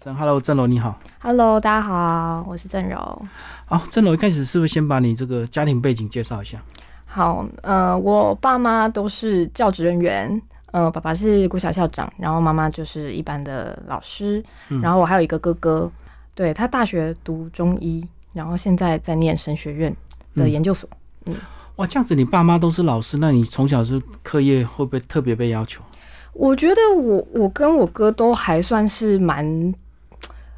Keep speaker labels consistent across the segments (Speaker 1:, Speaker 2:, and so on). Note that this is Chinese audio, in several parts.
Speaker 1: 生，Hello，郑柔你好。
Speaker 2: Hello，大家好，我是郑柔。
Speaker 1: 好，郑柔一开始是不是先把你这个家庭背景介绍一下？
Speaker 2: 好，呃，我爸妈都是教职人员，呃，爸爸是国小校长，然后妈妈就是一般的老师，
Speaker 1: 嗯
Speaker 2: 然后我还有一个哥哥，对他大学读中医，然后现在在念神学院的研究所。
Speaker 1: 哇，这样子你爸妈都是老师，那你从小是课业会不会特别被要求？
Speaker 2: 我觉得我我跟我哥都还算是蛮，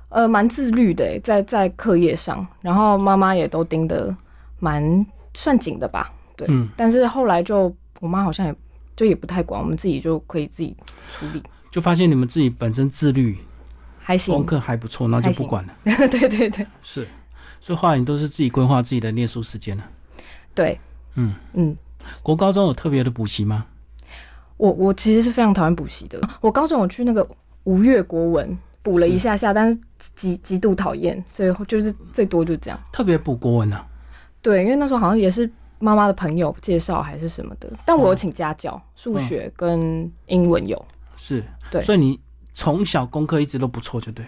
Speaker 2: 呃，蛮自律的欸，在在课业上，然后妈妈也都盯得蛮算紧的吧，对。
Speaker 1: 嗯，
Speaker 2: 但是后来就我妈好像也就也不太管，我们自己就可以自己处理，
Speaker 1: 就发现你们自己本身自律，
Speaker 2: 还行
Speaker 1: 功。课还不错，那就不管了。
Speaker 2: 对对对
Speaker 1: 是，所以后来你都是自己规划自己的念书时间了。
Speaker 2: 对，
Speaker 1: 嗯
Speaker 2: 嗯，
Speaker 1: 国高中有特别的补习吗？
Speaker 2: 我我其实是非常讨厌补习的。我高中我去那个吴越国文补了一下下，但是极极度讨厌，所以就是最多就这样。
Speaker 1: 特别补国文啊？
Speaker 2: 对，因为那时候好像也是妈妈的朋友介绍还是什么的，但我有请家教，数学跟英文有。
Speaker 1: 是，
Speaker 2: 对
Speaker 1: 所以你从小功课一直都不错，就对。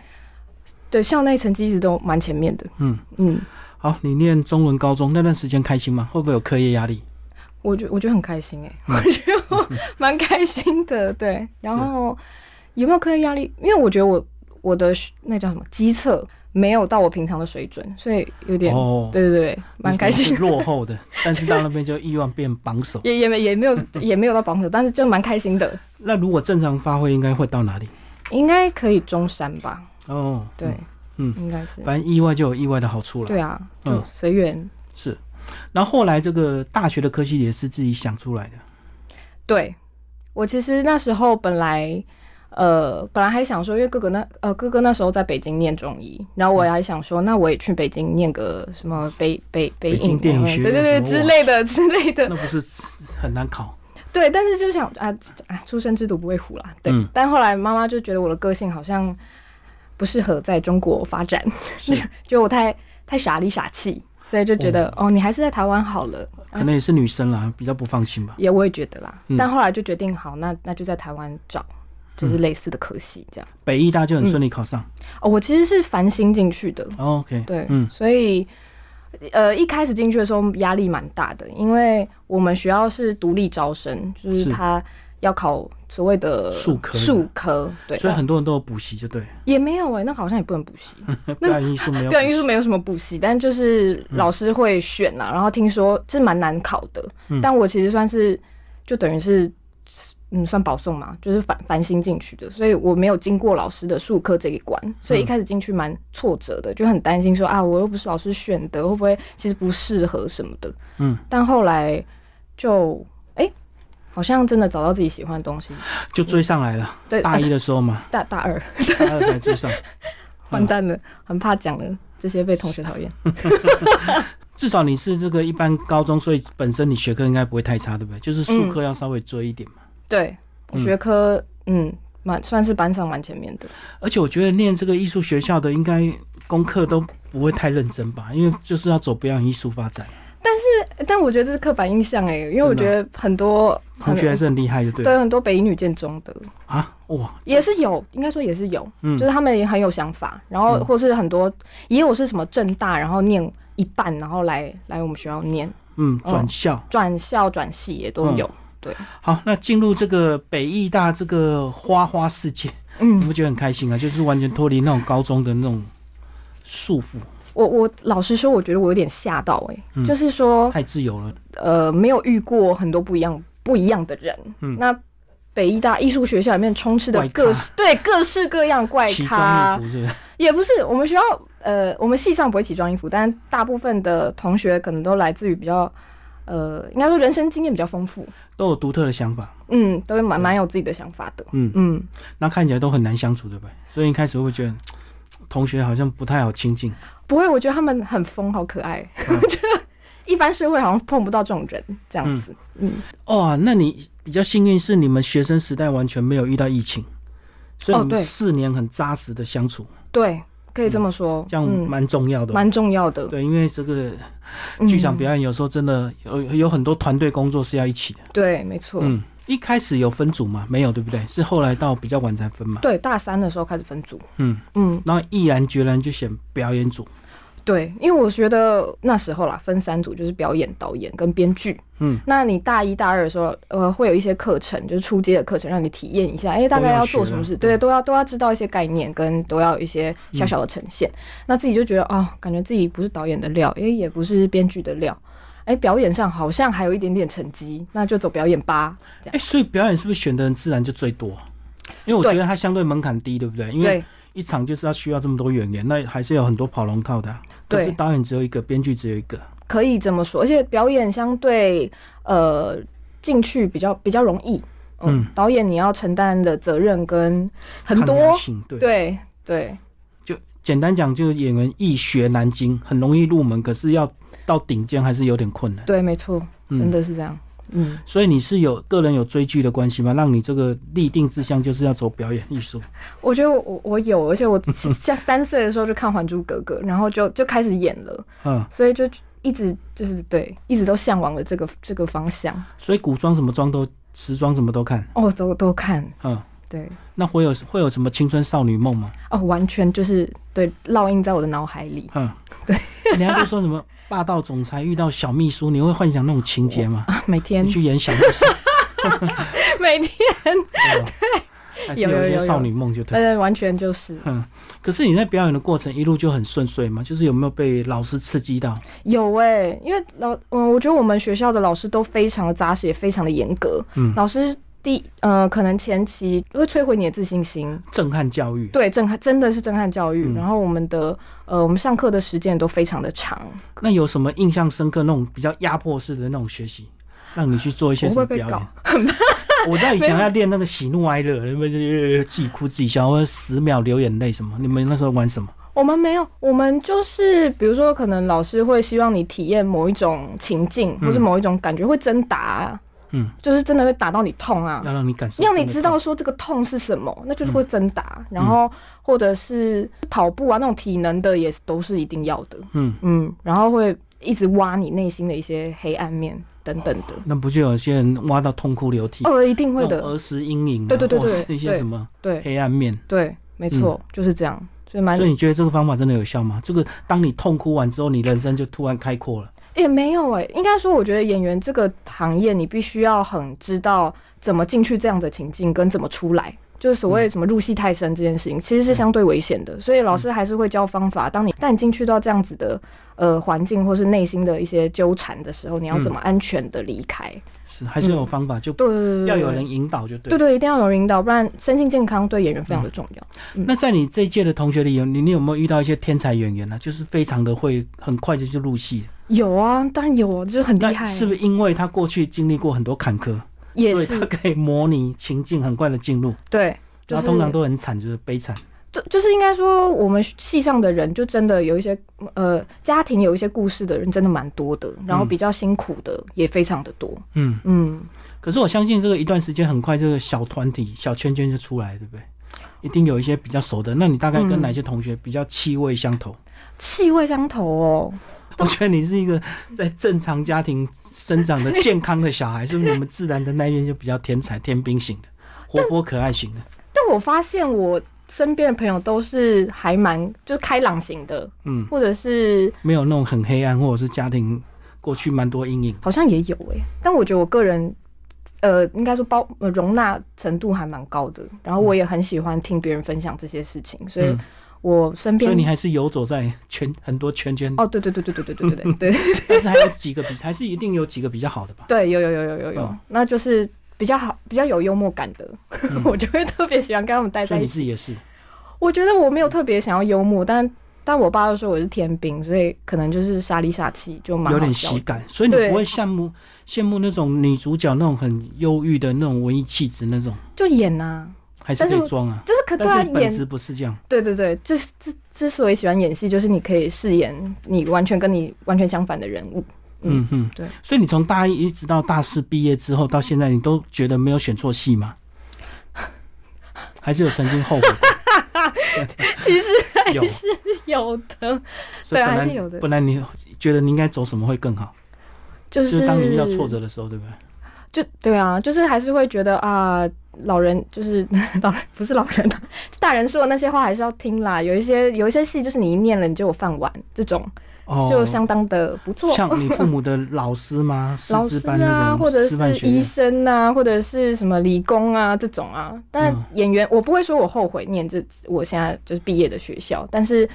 Speaker 2: 对，校内成绩一直都蛮前面的。
Speaker 1: 嗯，
Speaker 2: 嗯，
Speaker 1: 好，你念中文高中那段时间开心吗？会不会有课业压力？
Speaker 2: 我觉我觉得很开心哎、
Speaker 1: 嗯
Speaker 2: 我觉得我蛮开心的，对。然后有没有课业压力？因为我觉得我我的学那叫什么机测没有到我平常的水准，所以有点、
Speaker 1: 哦，
Speaker 2: 对对对，蛮开
Speaker 1: 你
Speaker 2: 心
Speaker 1: 是落后的，但是到那边就意外变榜首。
Speaker 2: 也也没也没有也没有到榜首，但是就蛮开心的，
Speaker 1: 那如果正常发挥，应该会到哪里？
Speaker 2: 应该可以中山吧？
Speaker 1: 哦，
Speaker 2: 对，
Speaker 1: 嗯
Speaker 2: 应该是
Speaker 1: 嗯，反正意外就有意外的好处了。
Speaker 2: 对啊，就
Speaker 1: 嗯
Speaker 2: 随缘。
Speaker 1: 是。然后后来这个大学的科系也是自己想出来的，
Speaker 2: 对我其实那时候本来，呃，本来还想说，因为哥哥那呃哥哥那时候在北京念中医，然后
Speaker 1: 嗯
Speaker 2: 我还想说，那我也去北京念个什么北北北
Speaker 1: 北京
Speaker 2: 影
Speaker 1: 电影
Speaker 2: 嗯
Speaker 1: 学
Speaker 2: 对对
Speaker 1: 院
Speaker 2: 对
Speaker 1: 什么
Speaker 2: 之类的之类的，
Speaker 1: 那不是很难 考？
Speaker 2: 对。但是就想啊啊，出生之犊不畏虎啦，对。
Speaker 1: 嗯
Speaker 2: 但后来妈妈就觉得我的个性好像不适合在中国发展，
Speaker 1: 是，
Speaker 2: 就我太太傻里傻气，所以就觉得哦，你还是在台湾好了。
Speaker 1: 可能也是女生啦，比较不放心吧。
Speaker 2: 也我也觉得啦，
Speaker 1: 嗯
Speaker 2: 但后来就决定好，那那就在台湾找，就是类似的科系这样。
Speaker 1: 北医大就很顺利考上。
Speaker 2: 哦，我其实是繁星进去的，
Speaker 1: 哦 OK，
Speaker 2: 对，
Speaker 1: 嗯，
Speaker 2: 所以呃一开始进去的时候压力蛮大的，因为我们学校是独立招生，就是
Speaker 1: 是
Speaker 2: 他要考所谓的
Speaker 1: 数科
Speaker 2: 数科，对，
Speaker 1: 所以很多人都有补习，就对。
Speaker 2: 也没有哎、那好像也不能补习，
Speaker 1: 表演艺术没有补
Speaker 2: 表演艺
Speaker 1: 习，
Speaker 2: 术没有什么补习，但就是老师会选啦、然后听说是蛮难考的，
Speaker 1: 嗯
Speaker 2: 但我其实算是就等于是嗯算保送嘛，就是繁繁星进去的，所以我没有经过老师的术科这一关，所以一开始进去蛮挫折的，就很担心说啊我又不是老师选的，会不会其实不适合什么的？
Speaker 1: 嗯，
Speaker 2: 但后来就哎、好像真的找到自己喜欢的东西，
Speaker 1: 就追上来了。
Speaker 2: 对，
Speaker 1: 大
Speaker 2: 啊
Speaker 1: 一的时候嘛，
Speaker 2: 大大二
Speaker 1: 大二才追上。
Speaker 2: 完蛋了，很怕讲了这些被同学讨厌。
Speaker 1: 至少你是这个一般高中，所以本身你学科应该不会太差，对不对？就是数
Speaker 2: 嗯
Speaker 1: 科要稍微追一点嘛。
Speaker 2: 对，我
Speaker 1: 嗯
Speaker 2: 学科嗯蛮、算是班上蛮前面的。
Speaker 1: 而且我觉得念这个艺术学校的，应该功课都不会太认真吧，因为就是要走表演艺术发展。
Speaker 2: 呃但我觉得这是刻板印象哎、因为我
Speaker 1: 真
Speaker 2: 觉
Speaker 1: 的啊
Speaker 2: 得很多
Speaker 1: 同学还是很厉害，就对了。
Speaker 2: 很对很多北一女建中的
Speaker 1: 啊，哇，
Speaker 2: 也是有，应该说也是有，
Speaker 1: 嗯
Speaker 2: 就是他们也很有想法，然后
Speaker 1: 嗯
Speaker 2: 或是很多、也有是什么正大，然后念一半，然后来来我们学校念
Speaker 1: 嗯，
Speaker 2: 哦
Speaker 1: 转校。
Speaker 2: 转校转系也都
Speaker 1: 嗯
Speaker 2: 有。
Speaker 1: 好，那进入这个北艺大这个花花世界，
Speaker 2: 嗯
Speaker 1: 你不觉得很开心啊？就是完全脱离那种高中的那种束缚，
Speaker 2: 我我老实说，我觉得我有点吓到哎、
Speaker 1: 嗯
Speaker 2: 就是说
Speaker 1: 太自由了。
Speaker 2: 呃没有遇过很多不一样不一样的人，
Speaker 1: 嗯
Speaker 2: 那。北医大艺术学校里面充斥的
Speaker 1: 怪咖
Speaker 2: 各式对各式各样怪
Speaker 1: 奇
Speaker 2: 咖
Speaker 1: 装，异服是不是？
Speaker 2: 也不是，我们学校呃，我们系上不会奇装异服，但大部分的同学可能都来自于比较呃，应该说人生经验比较丰富，
Speaker 1: 都有独特的想法，
Speaker 2: 嗯，都会蛮蛮有自己的想法的，
Speaker 1: 嗯，
Speaker 2: 嗯，
Speaker 1: 那看起来都很难相处，对不对？所以一开始会不会觉得同学好像不太好亲近？
Speaker 2: 不会，我觉得他们很疯，好可爱，
Speaker 1: 嗯
Speaker 2: 我觉得一般社会好像碰不到这种人这样子，嗯，
Speaker 1: 哇、哦那你比较幸运是你们学生时代完全没有遇到疫情，所以
Speaker 2: 哦
Speaker 1: 你们
Speaker 2: 对
Speaker 1: 四年很扎实的相处，
Speaker 2: 对，可以这么说，
Speaker 1: 这样
Speaker 2: 嗯
Speaker 1: 蛮重要的。
Speaker 2: 蛮重要的，嗯
Speaker 1: 对，因为这个剧场表演有时候真的有有很多团队工作是要一起的。
Speaker 2: 对，没错，
Speaker 1: 嗯，一开始有分组吗？没有，对不对？是后来到比较晚才分嘛。
Speaker 2: 对，大三的时候开始分组。
Speaker 1: 嗯
Speaker 2: 嗯，
Speaker 1: 然后毅然决然就选表演组。
Speaker 2: 对，因为我觉得那时候啦，分三组就是表演、导演跟编剧。
Speaker 1: 嗯，
Speaker 2: 那你大一大二的时候，呃，会有一些课程，就是初阶的课程，让你体验一下，哎、大概
Speaker 1: 都要
Speaker 2: 要
Speaker 1: 学啊嗯
Speaker 2: 做什
Speaker 1: 了
Speaker 2: 么事，
Speaker 1: 对
Speaker 2: 对，都要都要知道一些概念，跟都要有一些
Speaker 1: 嗯
Speaker 2: 小小的呈现。那自己就觉得啊、感觉自己不是导演的料，哎、也不是编剧的料，哎、表演上好像还有一点点成绩，那就走表演吧。
Speaker 1: 哎、所以表演是不是选的人自然就最多？因为我觉
Speaker 2: 对
Speaker 1: 得它相对门槛低，对不对？因为
Speaker 2: 对
Speaker 1: 一场就是要需要这么多演员，那还是有很多跑龙套的啊、可
Speaker 2: 对
Speaker 1: 是导演只有一个，编剧只有一个。
Speaker 2: 可以这么说，而且表演相对呃进去比较比较容易。
Speaker 1: 嗯，
Speaker 2: 导演你要承担的责任跟很
Speaker 1: 抗压
Speaker 2: 多，
Speaker 1: 性对。
Speaker 2: 对对
Speaker 1: 简单讲，就是演员易学难精，很容易入门，可是要到顶尖还是有点困难。
Speaker 2: 对，没错，
Speaker 1: 嗯
Speaker 2: 真的是这样。嗯，
Speaker 1: 所以你是有个人有追剧的关系吗？让你这个立定志向就是要走表演艺术？
Speaker 2: 我觉得我我我有，而且我下三岁的时候就看《还珠格 格》，然后就就开始演了，
Speaker 1: 嗯，
Speaker 2: 所以就一直就是对，一直都向往了这个这个方向。
Speaker 1: 所以古装什么妆都，时装什么都看。
Speaker 2: 哦，都都看，
Speaker 1: 嗯，
Speaker 2: 对，
Speaker 1: 那会有会有什么青春少女梦吗？
Speaker 2: 哦，完全就是对烙印在我的脑海里。
Speaker 1: 嗯，对，人家都说什么霸道总裁遇到小秘书，你会幻想那种情节 吗？
Speaker 2: 每天
Speaker 1: 你去演小秘 书，
Speaker 2: 每天，
Speaker 1: 对吧还是
Speaker 2: 有有
Speaker 1: 有一
Speaker 2: 有
Speaker 1: 些
Speaker 2: 有
Speaker 1: 少女梦就对。
Speaker 2: 呃，完全就是
Speaker 1: 嗯，可是你在表演的过程一路就很顺遂吗？就是有没有被老师刺激到？
Speaker 2: 有哎、因为老嗯，我觉得我们学校的老师都非常的扎实，也非常的严格。
Speaker 1: 嗯
Speaker 2: 老师第呃，可能前期会摧毁你的自信心，
Speaker 1: 震撼教育。
Speaker 2: 对震撼真的是震撼教育。
Speaker 1: 嗯
Speaker 2: 然后我们的呃，我们上课的时间都非常的长，
Speaker 1: 那有什么印象深刻那种比较压迫式的那种学习，让你去做一些
Speaker 2: 我
Speaker 1: 什
Speaker 2: 会
Speaker 1: 么
Speaker 2: 不会被
Speaker 1: 表
Speaker 2: 搞
Speaker 1: 演？？我知道以前要练那个喜怒哀乐，你们就呃自己哭自己笑，或者十秒流眼泪什么。你们那时候玩什么？
Speaker 2: 我们没有，我们就是比如说，可能老师会希望你体验某一种情境，或是某一种感觉，会真打、啊，
Speaker 1: 嗯，
Speaker 2: 就是真的会打到你痛啊，
Speaker 1: 要让你感受，
Speaker 2: 让你知道说这个痛是什么，
Speaker 1: 嗯
Speaker 2: 那就是会挣扎，然后或者是跑步啊那种体能的也是都是一定要的，
Speaker 1: 嗯
Speaker 2: 嗯，然后会一直挖你内心的一些黑暗面等等的，
Speaker 1: 那不就有些人挖到痛哭流涕，
Speaker 2: 哦，一定会
Speaker 1: 哦那种
Speaker 2: 的，
Speaker 1: 儿时阴影、啊，
Speaker 2: 对对对对
Speaker 1: 或是一些
Speaker 2: 对
Speaker 1: 什么
Speaker 2: 对
Speaker 1: 黑暗面。
Speaker 2: 对，没错，就是这样，所以蛮
Speaker 1: 嗯所以你觉得这个方法真的有效吗？这个当你痛哭完之后，你人生就突然开阔了。
Speaker 2: 也没有哎、应该说我觉得演员这个行业，你必须要很知道怎么进去这样的情境跟怎么出来。就是所
Speaker 1: 嗯
Speaker 2: 谓什么入戏太深这件事情，其实是相对危险的，所以老
Speaker 1: 嗯
Speaker 2: 师还是会教方法。当你但你进去到这样子的呃环境，或是内心的一些纠缠的时候，你要
Speaker 1: 嗯
Speaker 2: 怎么安全的离开？
Speaker 1: 是，还是有方法，就
Speaker 2: 对对对对，
Speaker 1: 要有人引导就对
Speaker 2: 对
Speaker 1: 了。
Speaker 2: 对，一定要有人引导，不然身心健康对演员非
Speaker 1: 嗯
Speaker 2: 常的重要。
Speaker 1: 那在你这一届的同学里，有你你有没有遇到一些天才演员呢、就是非常的会，很快就就入戏了。
Speaker 2: 有啊，当然有啊，就是很厉害
Speaker 1: 那
Speaker 2: 啊，
Speaker 1: 是不是因为他过去经历过很多坎坷，
Speaker 2: 也
Speaker 1: 所以
Speaker 2: 是
Speaker 1: 他可以模拟情境，很快的进入？
Speaker 2: 对，就
Speaker 1: 然
Speaker 2: 是
Speaker 1: 后通常都很惨，就是悲惨。
Speaker 2: 就就是应该说，我们系上的人就真的有一些呃家庭有一些故事的人真的蛮多的，然后比较辛苦的也非常的多。
Speaker 1: 嗯，
Speaker 2: 嗯，
Speaker 1: 可是我相信这个一段时间很快，这个小团体、小圈圈就出来了，对不对？一定有一些比较熟的。那你大概跟
Speaker 2: 嗯
Speaker 1: 哪些同学比较气味相投？
Speaker 2: 气味相投哦，
Speaker 1: 我觉得你是一个在正常家庭生长的健康的小孩，是不是？你们自然的那一边就比较天才、天兵型的，活泼可爱型的。
Speaker 2: 但我发现我身边的朋友都是还蛮就是开朗型的，
Speaker 1: 嗯，
Speaker 2: 或者是
Speaker 1: 没有那种很黑暗，或者是家庭过去蛮多阴影。
Speaker 2: 好像也有诶、但我觉得我个人。呃，应该说包呃容纳程度还蛮高的，然后我也很喜欢听别人分享这些事情，所以
Speaker 1: 嗯
Speaker 2: 我身
Speaker 1: 所
Speaker 2: 边
Speaker 1: 以你还是游走在圈很多圈圈，
Speaker 2: 哦，对对对对对对对对对对，
Speaker 1: 但是还有几个比， 还是一定有几个比较好的吧？
Speaker 2: 对，有有有有有有，
Speaker 1: 嗯
Speaker 2: 那就是比较好、比较有幽默感的， 我就会特别喜欢跟他们待
Speaker 1: 所
Speaker 2: 在
Speaker 1: 以
Speaker 2: 一
Speaker 1: 你
Speaker 2: 起。
Speaker 1: 自己也嗯是。
Speaker 2: 我觉得我没有特别想要幽默，但但我爸又说我是天兵，所以可能就是傻里傻气，就蛮
Speaker 1: 有
Speaker 2: 好
Speaker 1: 点
Speaker 2: 笑
Speaker 1: 喜
Speaker 2: 的
Speaker 1: 感，所以你
Speaker 2: 对
Speaker 1: 不会羡慕羡慕那种女主角那种很忧郁的那种文艺气质那种，
Speaker 2: 就演呐、
Speaker 1: 还是
Speaker 2: 但
Speaker 1: 可
Speaker 2: 是
Speaker 1: 以
Speaker 2: 我
Speaker 1: 装啊。
Speaker 2: 就是可对啊
Speaker 1: 但是本
Speaker 2: 演，
Speaker 1: 质不是这样，
Speaker 2: 对对对，就是之之所以喜欢演戏，就是你可以饰演你完全跟你完全相反的人 物。
Speaker 1: 嗯嗯，
Speaker 2: 啊对。
Speaker 1: 所以你从大一一直到大四毕业之后到现在，你都觉得没有选错戏 吗？还是有曾经后悔过？
Speaker 2: 其实
Speaker 1: 有，
Speaker 2: 有的，
Speaker 1: 所以
Speaker 2: 对
Speaker 1: 本
Speaker 2: 还
Speaker 1: 来
Speaker 2: 是有的
Speaker 1: 本来你觉得你应该走什么会更好，
Speaker 2: 就
Speaker 1: 就是是当你遇到挫折的时候，对不对？
Speaker 2: 就对啊，就是还是会觉得啊、老人就是 老人不是老人啊，大人说的那些话还是要听啦。有一些有一些戏就是你一念了你就有饭碗，这种
Speaker 1: 哦，
Speaker 2: 就相当的不错。
Speaker 1: 像你父母的老师 吗？师
Speaker 2: 老
Speaker 1: 资
Speaker 2: 师
Speaker 1: 班那
Speaker 2: 啊，
Speaker 1: 种
Speaker 2: 或者
Speaker 1: 师范
Speaker 2: 是
Speaker 1: 学
Speaker 2: 医
Speaker 1: 院
Speaker 2: 生啊，或者是什么理工啊这种啊。但
Speaker 1: 嗯
Speaker 2: 演员，我不会说我后悔念这我现在就是毕业的学校，但是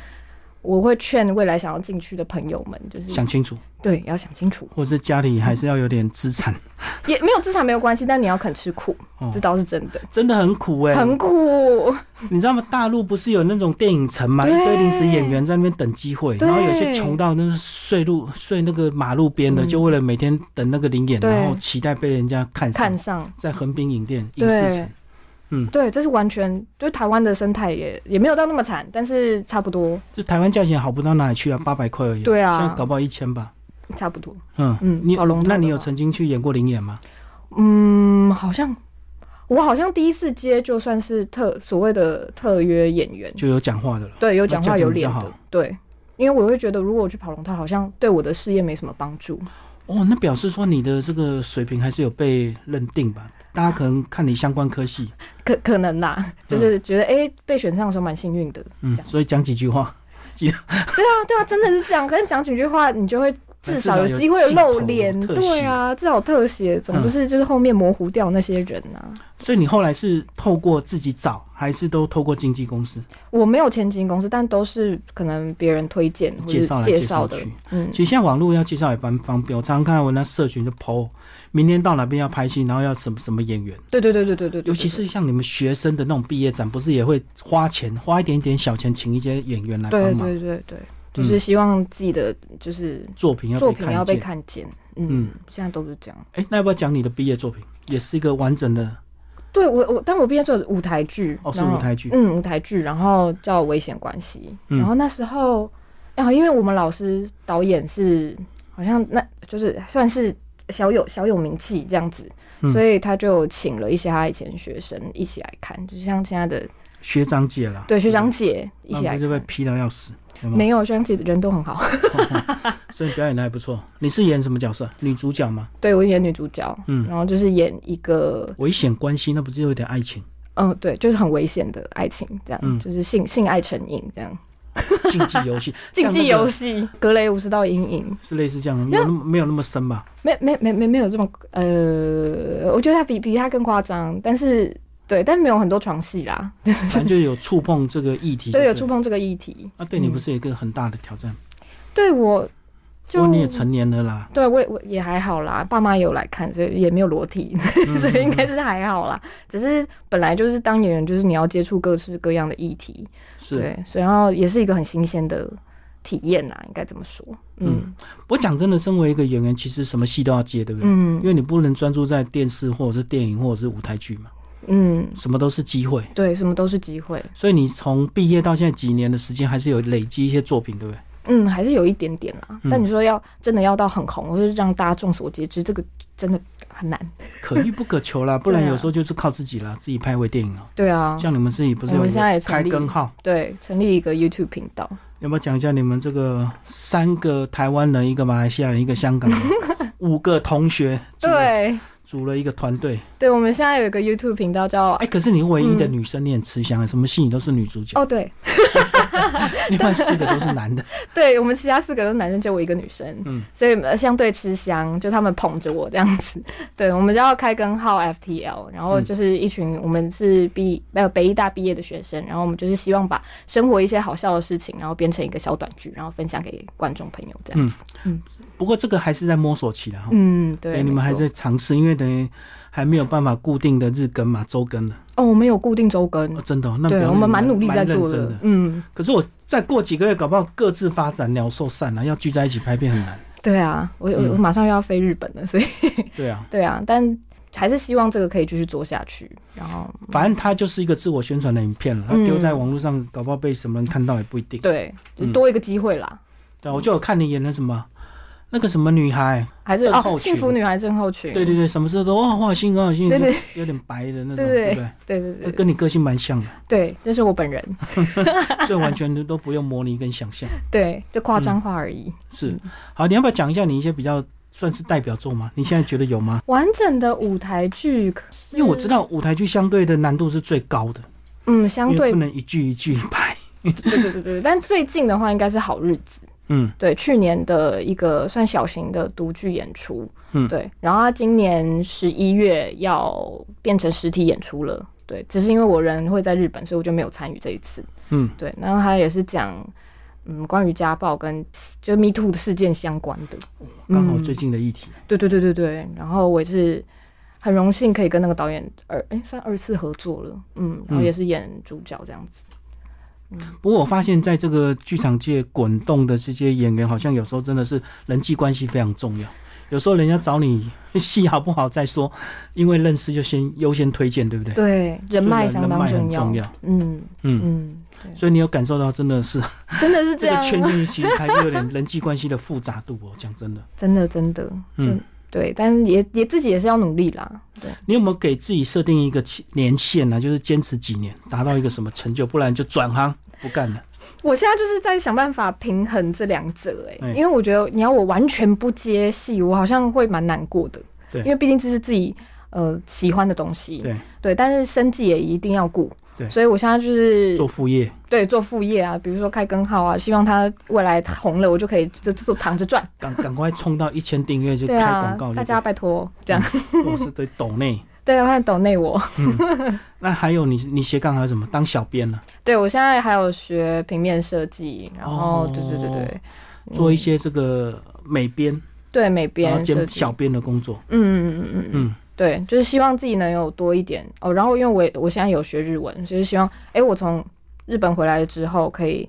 Speaker 2: 我会劝未来想要进去的朋友们，就是
Speaker 1: 想清楚，
Speaker 2: 对要想清楚，
Speaker 1: 或者是家里还是要有点资 产
Speaker 2: 也没有资产没有关系，但你要肯吃苦，
Speaker 1: 哦
Speaker 2: 这，倒是真的，
Speaker 1: 真的很苦哎、
Speaker 2: 很苦。
Speaker 1: 你知道吗？大陆不是有那种电影城嘛，一
Speaker 2: 对
Speaker 1: 堆临时演员在那边等机会，
Speaker 2: 对
Speaker 1: 然后有些穷到那是睡路睡那个马路边的，
Speaker 2: 嗯
Speaker 1: 就为了每天等那个零演，
Speaker 2: 对
Speaker 1: 然后期待被人家看上
Speaker 2: 看。上，
Speaker 1: 在横滨影店影视
Speaker 2: 对
Speaker 1: 城，嗯
Speaker 2: 对，这是完全就台湾的生态也也没有到那么惨，但是差不多，
Speaker 1: 这台湾价钱好不到哪里去啊，八百块而已。
Speaker 2: 对啊
Speaker 1: 现在搞不好一千吧。
Speaker 2: 差不多。
Speaker 1: 嗯
Speaker 2: 嗯
Speaker 1: 你
Speaker 2: 跑龙套的
Speaker 1: 那你
Speaker 2: 吧
Speaker 1: 有曾经去演过零演吗？
Speaker 2: 嗯，好像我好像第一次接就算是特所谓的特约演员，
Speaker 1: 就有讲话的了。
Speaker 2: 对，有讲话有脸
Speaker 1: 那这样子
Speaker 2: 的
Speaker 1: 比较好，
Speaker 2: 对，因为我会觉得如果我去跑龙套，好像对我的事业没什么帮助。
Speaker 1: 哦，那表示说你的这个水平还是有被认定吧？大家可能看你相关科系，
Speaker 2: 可可能啦，就是觉得哎、诶被选上的时候蛮幸运的，
Speaker 1: 嗯
Speaker 2: 这，样
Speaker 1: 所以讲几句话，
Speaker 2: 对啊，对啊，真的是这样。可是讲几句话，你就会至少有机会
Speaker 1: 至少有
Speaker 2: 露脸
Speaker 1: 镜，头特
Speaker 2: 对啊，至少有特写，总不是就是后面模糊掉那些人啊。
Speaker 1: 所以你后来是透过自己找，还是都透过经纪公司？
Speaker 2: 我没有前进公司，但都是可能别人推荐或
Speaker 1: 介绍
Speaker 2: 者
Speaker 1: 来
Speaker 2: 介
Speaker 1: 介
Speaker 2: 绍
Speaker 1: 绍
Speaker 2: 的
Speaker 1: 去。
Speaker 2: 嗯
Speaker 1: 其，实现在网络要介绍也蛮方便，我常常看到我那社群就 PO，明天到哪边要拍戏，然后要什么什么演员，
Speaker 2: 对对对对对对，对
Speaker 1: 尤其是像你们学生的那种毕业展，不是也会花钱花一点点小钱请一些演员来帮
Speaker 2: 对
Speaker 1: 忙，
Speaker 2: 对对对，就是希望自己的就是
Speaker 1: 作嗯品要
Speaker 2: 作
Speaker 1: 被
Speaker 2: 品
Speaker 1: 看
Speaker 2: 要被
Speaker 1: 见。
Speaker 2: 看见。嗯
Speaker 1: 嗯，
Speaker 2: 现在都是这样。
Speaker 1: 哎、那要不要讲你的毕业作品？也是一个完整的
Speaker 2: 对我我，但我毕业做舞台剧，
Speaker 1: 哦，是
Speaker 2: 然后
Speaker 1: 舞台剧，
Speaker 2: 嗯，舞台剧，然后叫《危险关系》
Speaker 1: 嗯
Speaker 2: 然后那时候，啊，因为我们老师导演是好像那就是算是小有小有名气这样子，
Speaker 1: 嗯
Speaker 2: 所以他就请了一些他以前学生一起来看，就像现在的
Speaker 1: 学长姐啦，
Speaker 2: 对学长姐一起
Speaker 1: 嗯那
Speaker 2: 来
Speaker 1: 不就被
Speaker 2: 看。
Speaker 1: 批到要死，有没有？
Speaker 2: 没有学长姐人都很好，
Speaker 1: 所以表演的还不错。你是演什么角色？女主角吗？
Speaker 2: 对我演女主角，
Speaker 1: 嗯
Speaker 2: 然后就是演一个，
Speaker 1: 危险关系，那不是有点爱 情？
Speaker 2: 嗯，对，就是很危险的爱情，这样，
Speaker 1: 嗯
Speaker 2: 就是性性爱成瘾这样，
Speaker 1: 竞技游戏，
Speaker 2: 竞技游
Speaker 1: 戏
Speaker 2: 戏，格雷五十道阴影，
Speaker 1: 是类似这样的，没有那么没有那么深吧？
Speaker 2: 没没没没没有这么呃，我觉得他比比他更夸张，但是对，但没有很多床戏啦，
Speaker 1: 反正就有触碰这个议题，
Speaker 2: 对，有触。碰这个议题。
Speaker 1: 啊，对你不是有一个很大的挑战？
Speaker 2: 对我
Speaker 1: 不
Speaker 2: 就
Speaker 1: 过你也成年了啦，
Speaker 2: 对我也我也还好啦，爸妈也有来看，所以也没有裸体，
Speaker 1: 嗯
Speaker 2: 所以应该是还好啦。只是本来就是当演员，就是你要接触各式各样的议题，
Speaker 1: 是。
Speaker 2: 对，所以然后也是一个很新鲜的体验啦，应该这么说。嗯
Speaker 1: 我讲真的，身为一个演员，其实什么戏都要接，对不对？因
Speaker 2: 嗯
Speaker 1: 为你不能专注在电视或者是电影或者是舞台剧嘛，
Speaker 2: 嗯，
Speaker 1: 什么都是机会。
Speaker 2: 对，什么都是机会。
Speaker 1: 所以你从毕业到现在几年的时间，还是有累积一些作品，对 不对？
Speaker 2: 嗯，还是有一点点啦。
Speaker 1: 嗯
Speaker 2: 但你说要真的要到很红，或是让大众所皆知，这个真的很难。
Speaker 1: 可遇不可求啦，不然
Speaker 2: 对啊
Speaker 1: 有时候就是靠自己啦，自己拍微电影啊。
Speaker 2: 对啊，
Speaker 1: 像你们自己不是有
Speaker 2: 我们现在也成
Speaker 1: 开
Speaker 2: 立
Speaker 1: 根号？
Speaker 2: 对，成立一个 YouTube 频道，
Speaker 1: 要不要讲一下你们这个三个台湾人、一个马来西亚人、一个香港 人，五个同学组了
Speaker 2: 对
Speaker 1: 组了一个团队？
Speaker 2: 对，我们现在有一个 YouTube 频道叫
Speaker 1: 哎、可是你唯一的女生，你很吃香啊，什么戏你都是女主角，
Speaker 2: 嗯哦，对
Speaker 1: 另外四个都是男的。
Speaker 2: 对，我们其他四个都是男生，就我一个女生，
Speaker 1: 嗯
Speaker 2: 所以呃相对吃香，就他们捧着我这样子。 对，我们就要开根号 FTL，然后就是一群我们是毕呃北医大毕业的学生，然后我们就是希望把生活一些好笑的事情，然后编成一个小短剧，然后分享给观众朋友这样子。
Speaker 1: 不过这个还是在摸索期的哈。
Speaker 2: 嗯，对，
Speaker 1: 哎你们
Speaker 2: 没
Speaker 1: 还
Speaker 2: 错
Speaker 1: 在尝试，因为等于还没有办法固定的日更嘛、周更了。
Speaker 2: 哦，我们有固定周更，
Speaker 1: 哦，真的、哦，那
Speaker 2: 嗯对，
Speaker 1: 表
Speaker 2: 我
Speaker 1: 示你
Speaker 2: 们蛮努力在
Speaker 1: 认
Speaker 2: 做
Speaker 1: 真
Speaker 2: 的。嗯，
Speaker 1: 可是我再过几个月，搞不好各自发展，鸟兽散啊了、要聚在一起拍片很难。
Speaker 2: 对啊，我我我
Speaker 1: 嗯
Speaker 2: 马上又要飞日本了，所以，
Speaker 1: 对啊
Speaker 2: 对啊，但还是希望这个可以继续做下去。然后，
Speaker 1: 反正它就是一个自我宣传的影片了，它
Speaker 2: 嗯
Speaker 1: 丢在网络上，搞不好被什么人看到也不一定。
Speaker 2: 对，就
Speaker 1: 嗯
Speaker 2: 多一个机会啦。
Speaker 1: 对啊，我就有看你演的什么。那个什么女孩，
Speaker 2: 还是
Speaker 1: 症候
Speaker 2: 哦，
Speaker 1: 群
Speaker 2: 幸福女孩症候群，
Speaker 1: 对对对，什么事都哦哇，我好幸运，我好幸运，
Speaker 2: 对对
Speaker 1: 就有点白的那种，
Speaker 2: 对
Speaker 1: 对
Speaker 2: 对
Speaker 1: 不对？
Speaker 2: 对对对
Speaker 1: 就跟你个性蛮像的，
Speaker 2: 对，这是我本人，
Speaker 1: 所以完全都不用模拟跟想象。嗯
Speaker 2: 对，就夸张化而已。
Speaker 1: 是，好，你要不要讲一下你一些比较算是代表作吗？你现在觉得有吗？
Speaker 2: 完整的舞台剧，可是
Speaker 1: 因为我知道舞台剧相对的难度是最高的，
Speaker 2: 嗯，相
Speaker 1: 因为
Speaker 2: 对
Speaker 1: 不能一句一句拍。
Speaker 2: 对对对对对，但最近的话应该是好日子。
Speaker 1: 嗯，
Speaker 2: 对，去年的一个算小型的独剧演出，
Speaker 1: 嗯
Speaker 2: 对，然后他今年十一月要变成实体演出了，对，只是因为我人会在日本，所以我就没有参与这一次，
Speaker 1: 嗯，
Speaker 2: 对，然后他也是讲，嗯，关于家暴跟就 Me Too 的事件相关的，
Speaker 1: 刚好
Speaker 2: 嗯
Speaker 1: 最近的议题。
Speaker 2: 对对对对对，然后我也是很荣幸可以跟那个导演二哎算二次合作了，嗯，然后
Speaker 1: 嗯
Speaker 2: 也是演主角这样子，
Speaker 1: 不过我发现，在这个剧场界滚动的这些演员，好像有时候真的是人际关系非常重要。有时候人家找你戏好不好再说，因为认识就先优先推荐，对不对？
Speaker 2: 对，人脉
Speaker 1: 所以
Speaker 2: 相当
Speaker 1: 人
Speaker 2: 重
Speaker 1: 脉很
Speaker 2: 要，
Speaker 1: 重要
Speaker 2: 嗯
Speaker 1: 嗯，
Speaker 2: 嗯，对
Speaker 1: 所以你有感受到，真的是
Speaker 2: 真的是这
Speaker 1: 这个
Speaker 2: 样，
Speaker 1: 圈内其实还是有点人际关系的复杂度哦。讲真的，
Speaker 2: 真的真的，就
Speaker 1: 嗯
Speaker 2: 对，但也也自己也是要努力啦，对，
Speaker 1: 你有没有给自己设定一个期年限呢、就是坚持几年，达到一个什么成就，不然就转行不干了。
Speaker 2: 我现在就是在想办法平衡这两者、欸，哎、
Speaker 1: 嗯
Speaker 2: 因为我觉得你要我完全不接戏，我好像会蛮难过的，
Speaker 1: 对
Speaker 2: 因为毕竟这是自己呃喜欢的东西，
Speaker 1: 对，
Speaker 2: 对，但是生计也一定要顾，
Speaker 1: 对
Speaker 2: 所以我现在就是
Speaker 1: 做副业，
Speaker 2: 对做副业啊，比如说开根号啊，希望它未来红了，我就可以就就就躺着赚，
Speaker 1: 赶赶快冲到一千订阅就
Speaker 2: 对
Speaker 1: 开
Speaker 2: 啊
Speaker 1: 广告，就
Speaker 2: 大家拜托这样，
Speaker 1: 对我是对抖内。
Speaker 2: 对，欢迎抖内我。
Speaker 1: 那还有你，你斜杠还有什么？当小编呢、
Speaker 2: 对，我现在还有学平面设计，然后、
Speaker 1: 哦
Speaker 2: 对对对对，嗯
Speaker 1: 做一些这个美编，
Speaker 2: 对美
Speaker 1: 然后
Speaker 2: 编设
Speaker 1: 兼
Speaker 2: 计，
Speaker 1: 小编的工作。
Speaker 2: 嗯嗯嗯嗯
Speaker 1: 嗯
Speaker 2: 嗯，对，就是希望自己能有多一点哦。然后因为我也我现在有学日文，就是希望哎，我从日本回来之后可以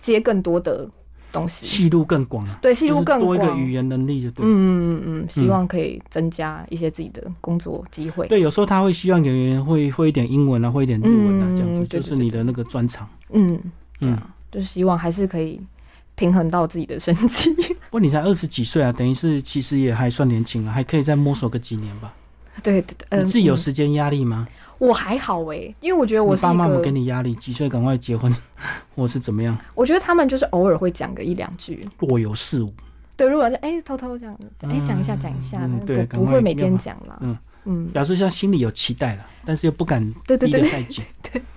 Speaker 2: 接更多的东西，
Speaker 1: 戏路更广啊，
Speaker 2: 对，戏路更
Speaker 1: 就是多
Speaker 2: 广，
Speaker 1: 一个语言能力就对。
Speaker 2: 嗯嗯嗯嗯，希望可以增加一些自己的工作机会。
Speaker 1: 对，有时候他会希望演员会会一点英文啊，会一点日文啊，
Speaker 2: 嗯
Speaker 1: 这样子
Speaker 2: 对
Speaker 1: 就是你的那个专长。
Speaker 2: 嗯，对
Speaker 1: 嗯，
Speaker 2: 啊，就是希望还是可以平衡到自己的生计。
Speaker 1: 不过你才二十几岁啊，等于是其实也还算年轻啊，还可以再摸索个几年吧。
Speaker 2: 对，对嗯，
Speaker 1: 你自己有
Speaker 2: 嗯
Speaker 1: 时间压力吗？
Speaker 2: 我还好哎、因为我觉得我
Speaker 1: 你
Speaker 2: 是一
Speaker 1: 爸
Speaker 2: 个，
Speaker 1: 妈有给你压力，几岁赶快结婚，或是怎么样？
Speaker 2: 我觉得他们就是偶尔会讲个一两句。
Speaker 1: 若有似无，
Speaker 2: 对，如果就哎、偷偷讲，哎、讲一下讲一下，
Speaker 1: 嗯
Speaker 2: 但
Speaker 1: 对
Speaker 2: 是
Speaker 1: 赶
Speaker 2: 不不
Speaker 1: 快
Speaker 2: 会每
Speaker 1: 要
Speaker 2: 天
Speaker 1: 嘛
Speaker 2: 讲啦。
Speaker 1: 嗯
Speaker 2: 嗯，
Speaker 1: 表示他心里有期待了，但是又不敢
Speaker 2: 对对
Speaker 1: 逼得
Speaker 2: 对对，
Speaker 1: 太紧。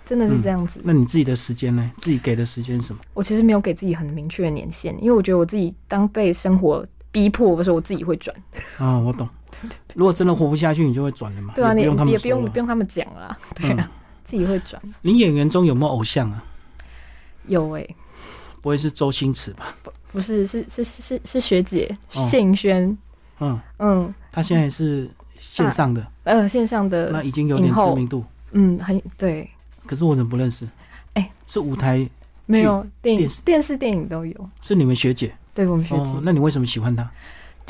Speaker 2: 真的是
Speaker 1: 嗯
Speaker 2: 这样子。
Speaker 1: 那你自己的时间呢？自己给的时间是什么？
Speaker 2: 我其实没有给自己很明确的年限，因为我觉得我自己当被生活逼迫的时候，我自己会转。
Speaker 1: 啊，我懂。如果真的活不下去，你就会转了嘛。
Speaker 2: 对
Speaker 1: 也
Speaker 2: 啊，你
Speaker 1: 不用他
Speaker 2: 也
Speaker 1: 们
Speaker 2: 不用
Speaker 1: 说
Speaker 2: 不
Speaker 1: 了。
Speaker 2: 用他们讲啦，对啊，自己会转。
Speaker 1: 你演员中有没有偶像啊？
Speaker 2: 有哎、
Speaker 1: 不会是周星驰吧？
Speaker 2: 不是是是是是是学姐
Speaker 1: 哦
Speaker 2: 谢颖轩，
Speaker 1: 嗯，
Speaker 2: 嗯
Speaker 1: 他现在是线上的，
Speaker 2: 呃线上
Speaker 1: 那
Speaker 2: 的
Speaker 1: 已经有点
Speaker 2: 影后
Speaker 1: 知名度。
Speaker 2: 嗯很对，
Speaker 1: 可是我怎么不认识？
Speaker 2: 哎
Speaker 1: 是舞台，
Speaker 2: 没有电
Speaker 1: 电
Speaker 2: 影
Speaker 1: 视
Speaker 2: 电视电影都有。
Speaker 1: 是你们学姐
Speaker 2: 对我们学姐，
Speaker 1: 哦。那你为什么喜欢她？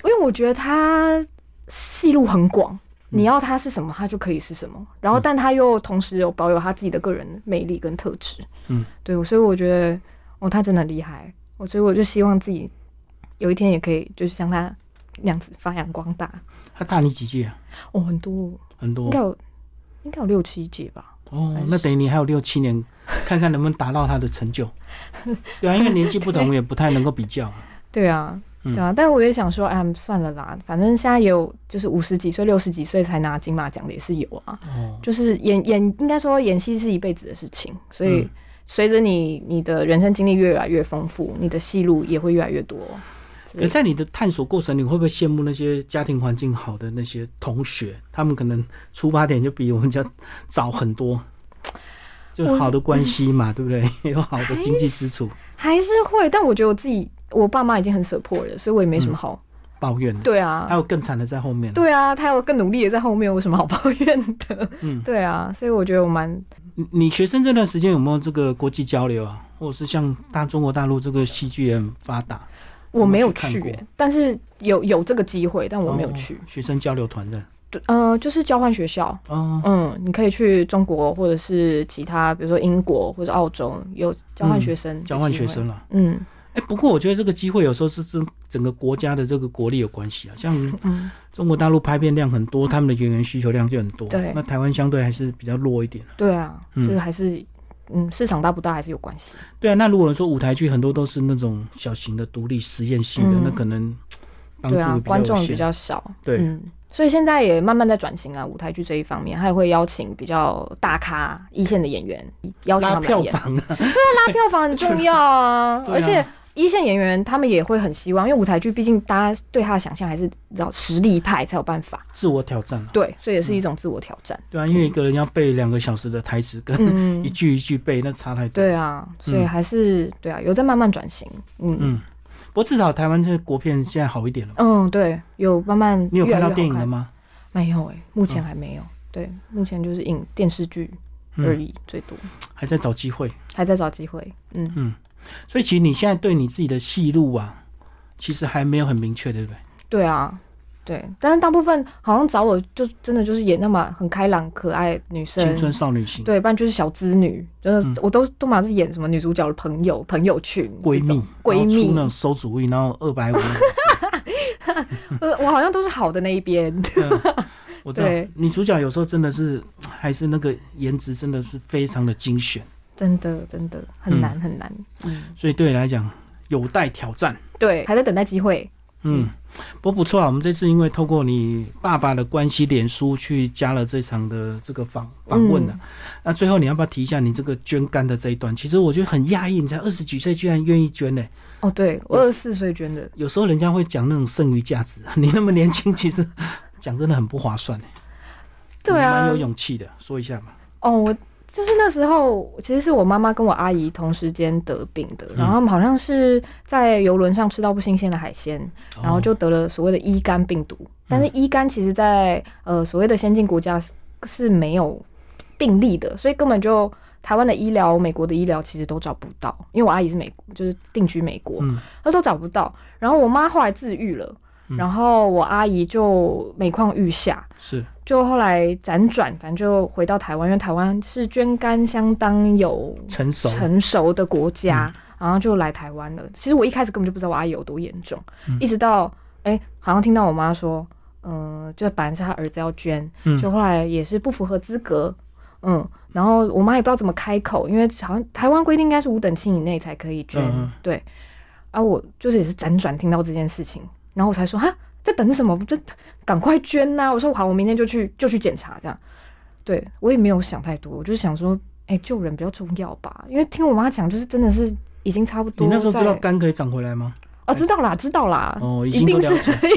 Speaker 2: 因为我觉得他戏路很广，
Speaker 1: 嗯
Speaker 2: 你要他是什么，他就可以是什么。然后，但他又同时有保有他自己的个人魅力跟特质。
Speaker 1: 嗯，
Speaker 2: 对，所以我觉得哦，他真的很厉害。我所以我就希望自己有一天也可以，就是像他那样子发扬光大。
Speaker 1: 她大你几届啊？
Speaker 2: 哦，很多，
Speaker 1: 很多
Speaker 2: 应该有应该有六七届吧。
Speaker 1: 哦
Speaker 2: 还，
Speaker 1: 那等于你还有六七 年，看看能不能达到她的成就。对啊，因为年纪不同，也不太能够比较 啊。
Speaker 2: 对啊。
Speaker 1: 嗯
Speaker 2: 对啊，但我也想说，哎，算了啦，反正现在也有，就是五十几岁、六十几岁才拿金马奖的也是有啊。
Speaker 1: 哦，
Speaker 2: 就是演演，应该说演戏是一辈子的事情，所以
Speaker 1: 嗯
Speaker 2: 随着你你的人生经历越来越丰富，你的戏路也会越来越多。之
Speaker 1: 可
Speaker 2: 类的
Speaker 1: 在你的探索过程，你会不会羡慕那些家庭环境好的那些同学？他们可能出发点就比我们家早很多，就
Speaker 2: 我
Speaker 1: 好的关系嘛， 对不对？有好的经济支柱，
Speaker 2: 还是会，但我觉得我自己，我爸妈已经很 support 了，所以我也没什
Speaker 1: 嗯
Speaker 2: 么好。
Speaker 1: 抱怨的，
Speaker 2: 对
Speaker 1: 还
Speaker 2: 啊，
Speaker 1: 有更惨的在后面。
Speaker 2: 对啊，他有更努力的在后面，我有什么好抱怨的？
Speaker 1: 嗯
Speaker 2: 对啊，所以我觉得我蛮
Speaker 1: 你，你学生这段时间有没有这个国际交流啊？或者是像大中国大陆这个戏剧也很发达，
Speaker 2: 我没有
Speaker 1: 去看
Speaker 2: 去、
Speaker 1: 过
Speaker 2: 欸但是有有这个机会，但我没有
Speaker 1: 哦
Speaker 2: 去。
Speaker 1: 学生交流团的
Speaker 2: 对呃，就是交换学校，
Speaker 1: 哦，
Speaker 2: 嗯，你可以去中国或者是其他，比如说英国或者澳洲，有交换学生、
Speaker 1: 嗯交换学，生了。
Speaker 2: 嗯
Speaker 1: 哎、不过我觉得这个机会有时候是跟整个国家的这个国力有关系啊，像
Speaker 2: 嗯，
Speaker 1: 中国大陆拍片量很多，他们的演员需求量就很多。啊
Speaker 2: 对
Speaker 1: 那台湾相对还是比较弱一点。
Speaker 2: 对啊，
Speaker 1: 嗯
Speaker 2: 这个还是嗯市场大不大还是有关系。
Speaker 1: 对啊，那如果说舞台剧很多都是那种小型的独立实验性的，
Speaker 2: 嗯
Speaker 1: 那可能帮助
Speaker 2: 对
Speaker 1: 比较
Speaker 2: 啊
Speaker 1: 有，
Speaker 2: 观众比
Speaker 1: 限
Speaker 2: 较少，
Speaker 1: 对
Speaker 2: 嗯，所以现在也慢慢在转型啊，舞台剧这一方面，他也会邀请比较大咖一线的演员，邀请
Speaker 1: 拉
Speaker 2: 他们来
Speaker 1: 票
Speaker 2: 演，
Speaker 1: 房啊，，
Speaker 2: 拉票房很重要啊
Speaker 1: 对啊
Speaker 2: 而且。一线演员他们也会很希望，因为舞台剧毕竟大家对他的想象还是你知道实力派才有办法，
Speaker 1: 自我挑战啊，
Speaker 2: 对，所以也是一种自我挑战。
Speaker 1: 对啊，因为一个人要背两个小时的台词，跟
Speaker 2: 嗯
Speaker 1: 一，句一句背，那差太多。
Speaker 2: 对啊，所以
Speaker 1: 嗯
Speaker 2: 还是、对啊，有在慢慢转型。嗯
Speaker 1: 嗯，不过至少台湾这个国片现在好一点了吧。
Speaker 2: 嗯，对，有慢慢
Speaker 1: 你有
Speaker 2: 越来
Speaker 1: 看到
Speaker 2: 越好
Speaker 1: 电影了
Speaker 2: 看？
Speaker 1: 吗？嗯
Speaker 2: 没有哎、目前还没有。对，目前就是影电视剧而
Speaker 1: 嗯，
Speaker 2: 已，最多
Speaker 1: 还在找机会。
Speaker 2: 还在找机会。嗯，
Speaker 1: 所以其实你现在对你自己的戏路啊，其实还没有很明确，对不对？
Speaker 2: 对啊，对，但是大部分好像找我就真的就是演那么很开朗可爱女生，
Speaker 1: 青春少女型、
Speaker 2: 对，不然就是小资女，就是、
Speaker 1: 嗯
Speaker 2: 我都都马上是演什么女主角的朋友、朋友群、
Speaker 1: 闺
Speaker 2: 这
Speaker 1: 蜜
Speaker 2: 种、闺
Speaker 1: 然后出那
Speaker 2: 蜜
Speaker 1: 种，馊主意，然后二百五，
Speaker 2: 呃， 我好像都是好的那一边。
Speaker 1: 嗯我知道
Speaker 2: 对
Speaker 1: 女主角有时候真的是还是那个颜值真的是非常的精选，
Speaker 2: 真的，真的很难很难，嗯，
Speaker 1: 所以对你来讲有待挑战。
Speaker 2: 对，还在等待机会，
Speaker 1: 嗯，不过不错啊，我们这次因为透过你爸爸的关系，脸书去加了这场的这个访访问啊。那最后你要不要提一下你这个捐肝的这一段？其实我觉得很讶异，你才二十几岁居然愿意捐呢、
Speaker 2: 哦，对我二十四岁捐的，
Speaker 1: 有时候人家会讲那种剩余价值， 你那么年轻，其实讲真的很不划算、欸、
Speaker 2: 对
Speaker 1: 你
Speaker 2: 啊
Speaker 1: 蛮有，勇气的，说一下嘛。
Speaker 2: 哦，我就是那时候，其实是我妈妈跟我阿姨同时间得病的，
Speaker 1: 嗯
Speaker 2: 然后他们好像是在游轮上吃到不新鲜的海鲜，
Speaker 1: 哦
Speaker 2: 然后就得了所谓的乙肝病
Speaker 1: 嗯
Speaker 2: 毒，但是乙肝其实在呃所谓的先进国家是是没有病例的，所以根本就。台湾的医疗、美国的医疗其实都找不到，因为我阿姨是美，就是定居美国，
Speaker 1: 嗯
Speaker 2: 那都找不到。然后我妈后来自愈了，
Speaker 1: 嗯
Speaker 2: 然后我阿姨就每况愈下，
Speaker 1: 是
Speaker 2: 就后来辗转，反正就回到台湾，因为台湾是捐肝相当有
Speaker 1: 成熟，嗯
Speaker 2: 成熟的国家，然后就来台湾了。其实我一开始根本就不知道我阿姨有多严重，
Speaker 1: 嗯
Speaker 2: 一直到哎、好像听到我妈说，嗯、就本来是她儿子要捐，
Speaker 1: 嗯
Speaker 2: 就后来也是不符合资格。嗯，然后我妈也不知道怎么开口，因为好像台湾规定应该是五等亲以内才可以捐，
Speaker 1: 嗯嗯
Speaker 2: 对。啊，我就是也是辗转听到这件事情，然后我才说哈，在等什么？这赶快捐呐、我说好，我明天就去就去检查这样。对我也没有想太多，我就想说，哎、救人比较重要吧。因为听我妈讲，就是真的是已经差不多
Speaker 1: 你
Speaker 2: 在。
Speaker 1: 那时候知道肝可以长回来吗？
Speaker 2: 哦，知道啦，知道啦。
Speaker 1: 哦，已
Speaker 2: 一
Speaker 1: 经都
Speaker 2: 定
Speaker 1: 了
Speaker 2: 是
Speaker 1: 解。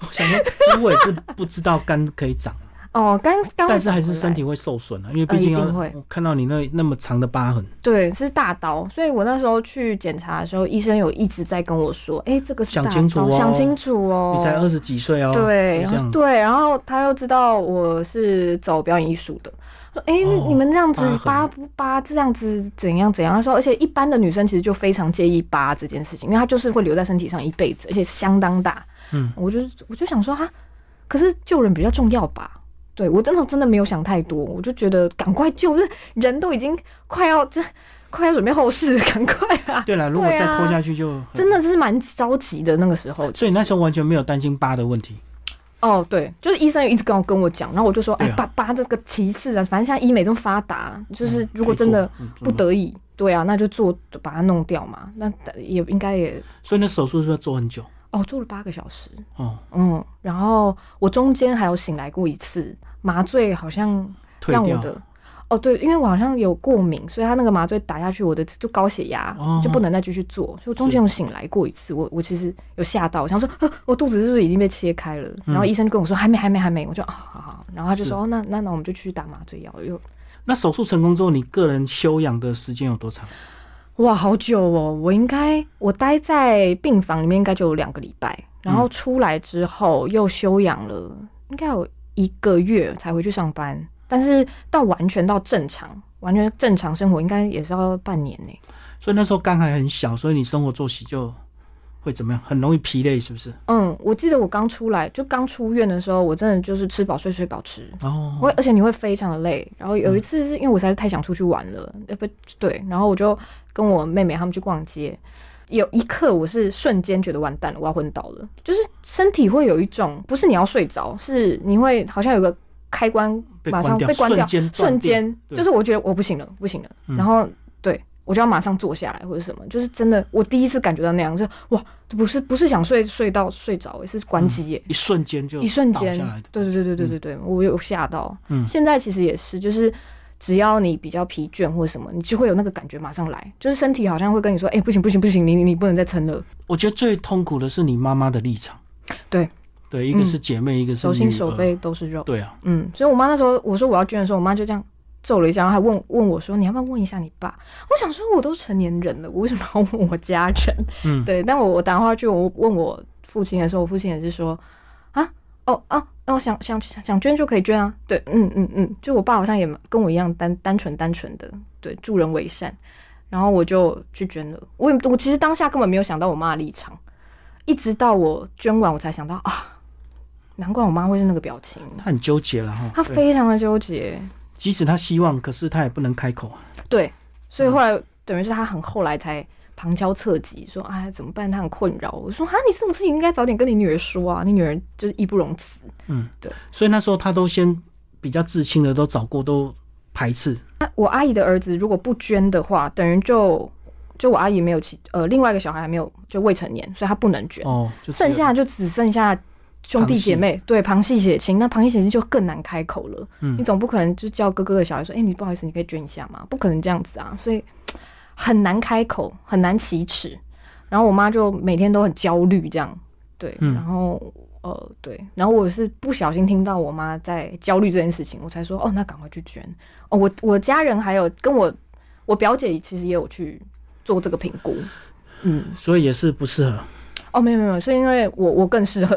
Speaker 1: 我想说，其实我也是不知道肝可以长，
Speaker 2: 哦，刚刚
Speaker 1: 但是还是身体会受损啊，因为毕
Speaker 2: 呃
Speaker 1: 竟
Speaker 2: 一
Speaker 1: 要
Speaker 2: 定会
Speaker 1: 我看到你那那么长的疤痕，
Speaker 2: 对是大刀，所以我那时候去检查的时候，医生有一直在跟我说，哎、这个是
Speaker 1: 想
Speaker 2: 大
Speaker 1: 清楚
Speaker 2: 刀
Speaker 1: 哦
Speaker 2: 想清楚哦，
Speaker 1: 你才二十几岁哦，
Speaker 2: 对，
Speaker 1: 是
Speaker 2: 然
Speaker 1: 这
Speaker 2: 后
Speaker 1: 样
Speaker 2: 对，然后他又知道我是走表演艺术的，说哎、
Speaker 1: 哦
Speaker 2: 你们这样子
Speaker 1: 疤
Speaker 2: 疤
Speaker 1: 痕
Speaker 2: 不疤这样子怎样怎样？他说，而且一般的女生其实就非常介意疤这件事情，因为她就是会留在身体上一辈子，而且相当大。
Speaker 1: 嗯，
Speaker 2: 我就我就想说哈，可是救人比较重要吧。对我那时候真的没有想太多，我就觉得赶快救， 不是人都已经快要这快要准备后事， 赶快啊！
Speaker 1: 对了，如果
Speaker 2: 对
Speaker 1: 再
Speaker 2: 啊
Speaker 1: 拖下去就很
Speaker 2: 真，的是蛮着急的那个时候，
Speaker 1: 所以那时候完全没有担心疤的问题，
Speaker 2: 哦，对，就是医生一直跟我跟我讲，然后我就说，哎、
Speaker 1: 对啊
Speaker 2: 爸爸这个其次啊，反正现在医美这么发达，就是
Speaker 1: 嗯
Speaker 2: 如果真的
Speaker 1: 可以做嗯
Speaker 2: 不得已，对啊，那就做就把它弄掉嘛。那也应该也
Speaker 1: 所以那手术是不是要做很久？
Speaker 2: 哦，做了八个小时，
Speaker 1: 哦，
Speaker 2: 嗯，然后我中间还有醒来过一次，麻醉好像
Speaker 1: 退
Speaker 2: 让我
Speaker 1: 掉，
Speaker 2: 的。哦，对，因为我好像有过敏，所以他那个麻醉打下去，我的就高血压、
Speaker 1: 哦
Speaker 2: 就不能再继续做。所以我中间有醒来过一次，我我其实有吓到，我想说 呵我肚子是不是已经被切开了？
Speaker 1: 嗯
Speaker 2: 然后医生就跟我说还没，还没，还没。我就啊、好好好。然后他就是说哦，那那那我们就去打麻醉药。又
Speaker 1: 那手术成功之后，你个人休养的时间有多长？
Speaker 2: 哇，好久哦！我应该我待在病房里面应该就有两个礼拜，然后出来之后又休养了，应该有一个月才回去上班。但是到完全到正常，完全正常生活，应该也是要半年呢、
Speaker 1: 所以那时候肝还很小，所以你生活作息就会怎么样？很容易疲累，是不是？
Speaker 2: 嗯，我记得我刚出来，就刚出院的时候，我真的就是吃饱睡，睡饱吃。
Speaker 1: 哦，
Speaker 2: 我而且你会非常的累，然后有
Speaker 1: 嗯
Speaker 2: 一次是因为我实在是太想出去玩了，呃不对，然后我就跟我妹妹她们去逛街，有一刻我是瞬间觉得完蛋了，我要昏倒了，就是身体会有一种不是你要睡着，是你会好像有个开关
Speaker 1: 被
Speaker 2: 马
Speaker 1: 关
Speaker 2: 上
Speaker 1: 掉，
Speaker 2: 被关
Speaker 1: 瞬
Speaker 2: 掉，
Speaker 1: 间断
Speaker 2: 瞬
Speaker 1: 电，
Speaker 2: 间
Speaker 1: 对
Speaker 2: 就是我觉得我不行了，不行了，
Speaker 1: 嗯
Speaker 2: 然后对我就要马上坐下来或者什么，就是真的，我第一次感觉到那样，就哇，不是不是想睡睡到睡着，欸是关机耶，
Speaker 1: 一瞬间就
Speaker 2: 一瞬
Speaker 1: 倒
Speaker 2: 间
Speaker 1: 下来的，，
Speaker 2: 对对对对对对对，我有吓到。
Speaker 1: 嗯
Speaker 2: 现在其实也是，就是只要你比较疲倦或什么，你就会有那个感觉马上来，就是身体好像会跟你说，哎、不行不行不行，你你你不能再撑了。
Speaker 1: 我觉得最痛苦的是你妈妈的立场，
Speaker 2: 对
Speaker 1: 对，一个
Speaker 2: 嗯
Speaker 1: 是姐妹，一个是呃
Speaker 2: 手心
Speaker 1: 女
Speaker 2: 手
Speaker 1: 儿，
Speaker 2: 背都是肉。
Speaker 1: 对啊，
Speaker 2: 嗯，所以我妈那时候我说我要捐的时候，我妈就这样皱了一下，然后还问问我说你要不要问一下你爸？我想说我都成年人了，我为什么要问我家人？
Speaker 1: 嗯
Speaker 2: 对，但我我打电话去我问我父亲的时候，我父亲也是说啊哦啊，那、我想想想想捐就可以捐啊，对，嗯嗯嗯，就我爸好像也蛮跟我一样单单纯单纯的，对，助人为善，然后我就去捐了。我也我其实当下根本没有想到我妈的立场，一直到我捐完我才想到啊。难怪我妈会是那个表情，
Speaker 1: 她很纠结了哈，
Speaker 2: 他
Speaker 1: 对
Speaker 2: 非常的纠结，
Speaker 1: 即使她希望，可是她也不能开口啊，
Speaker 2: 对，所以后来等于是他很后来才旁敲侧击说：“哎，怎么办？”他很困扰。我说：“啊，你这种事情应该早点跟你女儿说啊，你女儿就是义不容辞。
Speaker 1: 所以那时候她都先比较至亲的都找过，都排斥，”
Speaker 2: 那我阿姨的儿子如果不捐的话，等于就就我阿姨没有其呃另外一个小孩还没有就未成年，所以他不能捐，
Speaker 1: 哦，就只有
Speaker 2: 剩下就只剩下。兄弟姐妹对旁系血亲，那旁系血亲就更难开口了。
Speaker 1: 嗯
Speaker 2: 你总不可能就叫哥哥的小孩说：“哎、你不好意思，你可以捐一下吗？”不可能这样子啊，所以很难开口，很难启齿。然后我妈就每天都很焦虑，这样对。
Speaker 1: 嗯
Speaker 2: 然后呃，对，然后我是不小心听到我妈在焦虑这件事情，我才说：“哦，那赶快去捐。”哦，我我家人还有跟我我表姐其实也有去做这个评估。嗯，
Speaker 1: 所以也是不适 合。哦
Speaker 2: 哦，没有没有，是因为我我更适合，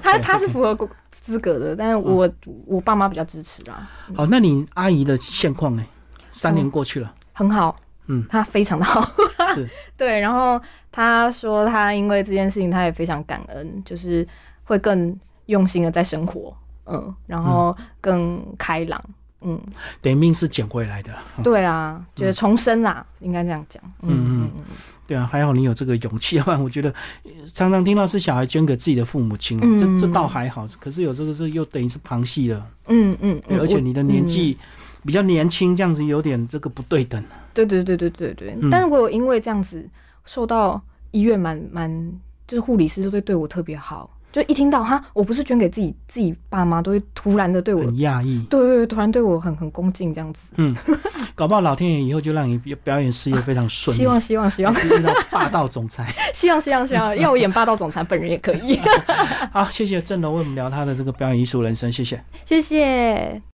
Speaker 2: 她
Speaker 1: OK，
Speaker 2: 她是符合资格的，但是我、我爸妈比较支持啦。
Speaker 1: 好，那你阿姨的现况呢？三
Speaker 2: 嗯
Speaker 1: 年过去了，
Speaker 2: 很好，
Speaker 1: 嗯
Speaker 2: 他非常的好，
Speaker 1: 是
Speaker 2: 对。然后他说他因为这件事情，他也非常感恩，就是会更用心的在生活，嗯，然后更开朗，嗯，
Speaker 1: 等于命是捡回来的啦。嗯
Speaker 2: 对啊，就是重生啦，应该这样讲，嗯嗯嗯
Speaker 1: 对啊，还好你有这个勇气，要不然我觉得呃常常听到是小孩捐给自己的父母亲啊，
Speaker 2: 嗯
Speaker 1: 这这倒还好。可是有这个是又等于是旁系了，
Speaker 2: 嗯嗯
Speaker 1: 对
Speaker 2: 嗯，
Speaker 1: 而且
Speaker 2: 我嗯
Speaker 1: 你的年纪比较年轻，这样子有点这个不对等。
Speaker 2: 对对对对对对
Speaker 1: 嗯，
Speaker 2: 但是我有因为这样子受到医院蛮蛮，就是护理师都会对我特别好，就一听到哈，我不是捐给自己自己爸妈，都会突然的对我，
Speaker 1: 很讶异，
Speaker 2: 对对对，突然对我很很恭敬这样子。
Speaker 1: 搞不好老天爷以后就让你表演事业非常顺利，
Speaker 2: 希望希望希望
Speaker 1: 遇到霸道总裁。
Speaker 2: 希望希望希望，要 我演霸道总裁本人也可以，
Speaker 1: 好，谢谢郑龙为我们聊他的这个表演艺术人生，谢谢。
Speaker 2: 谢谢。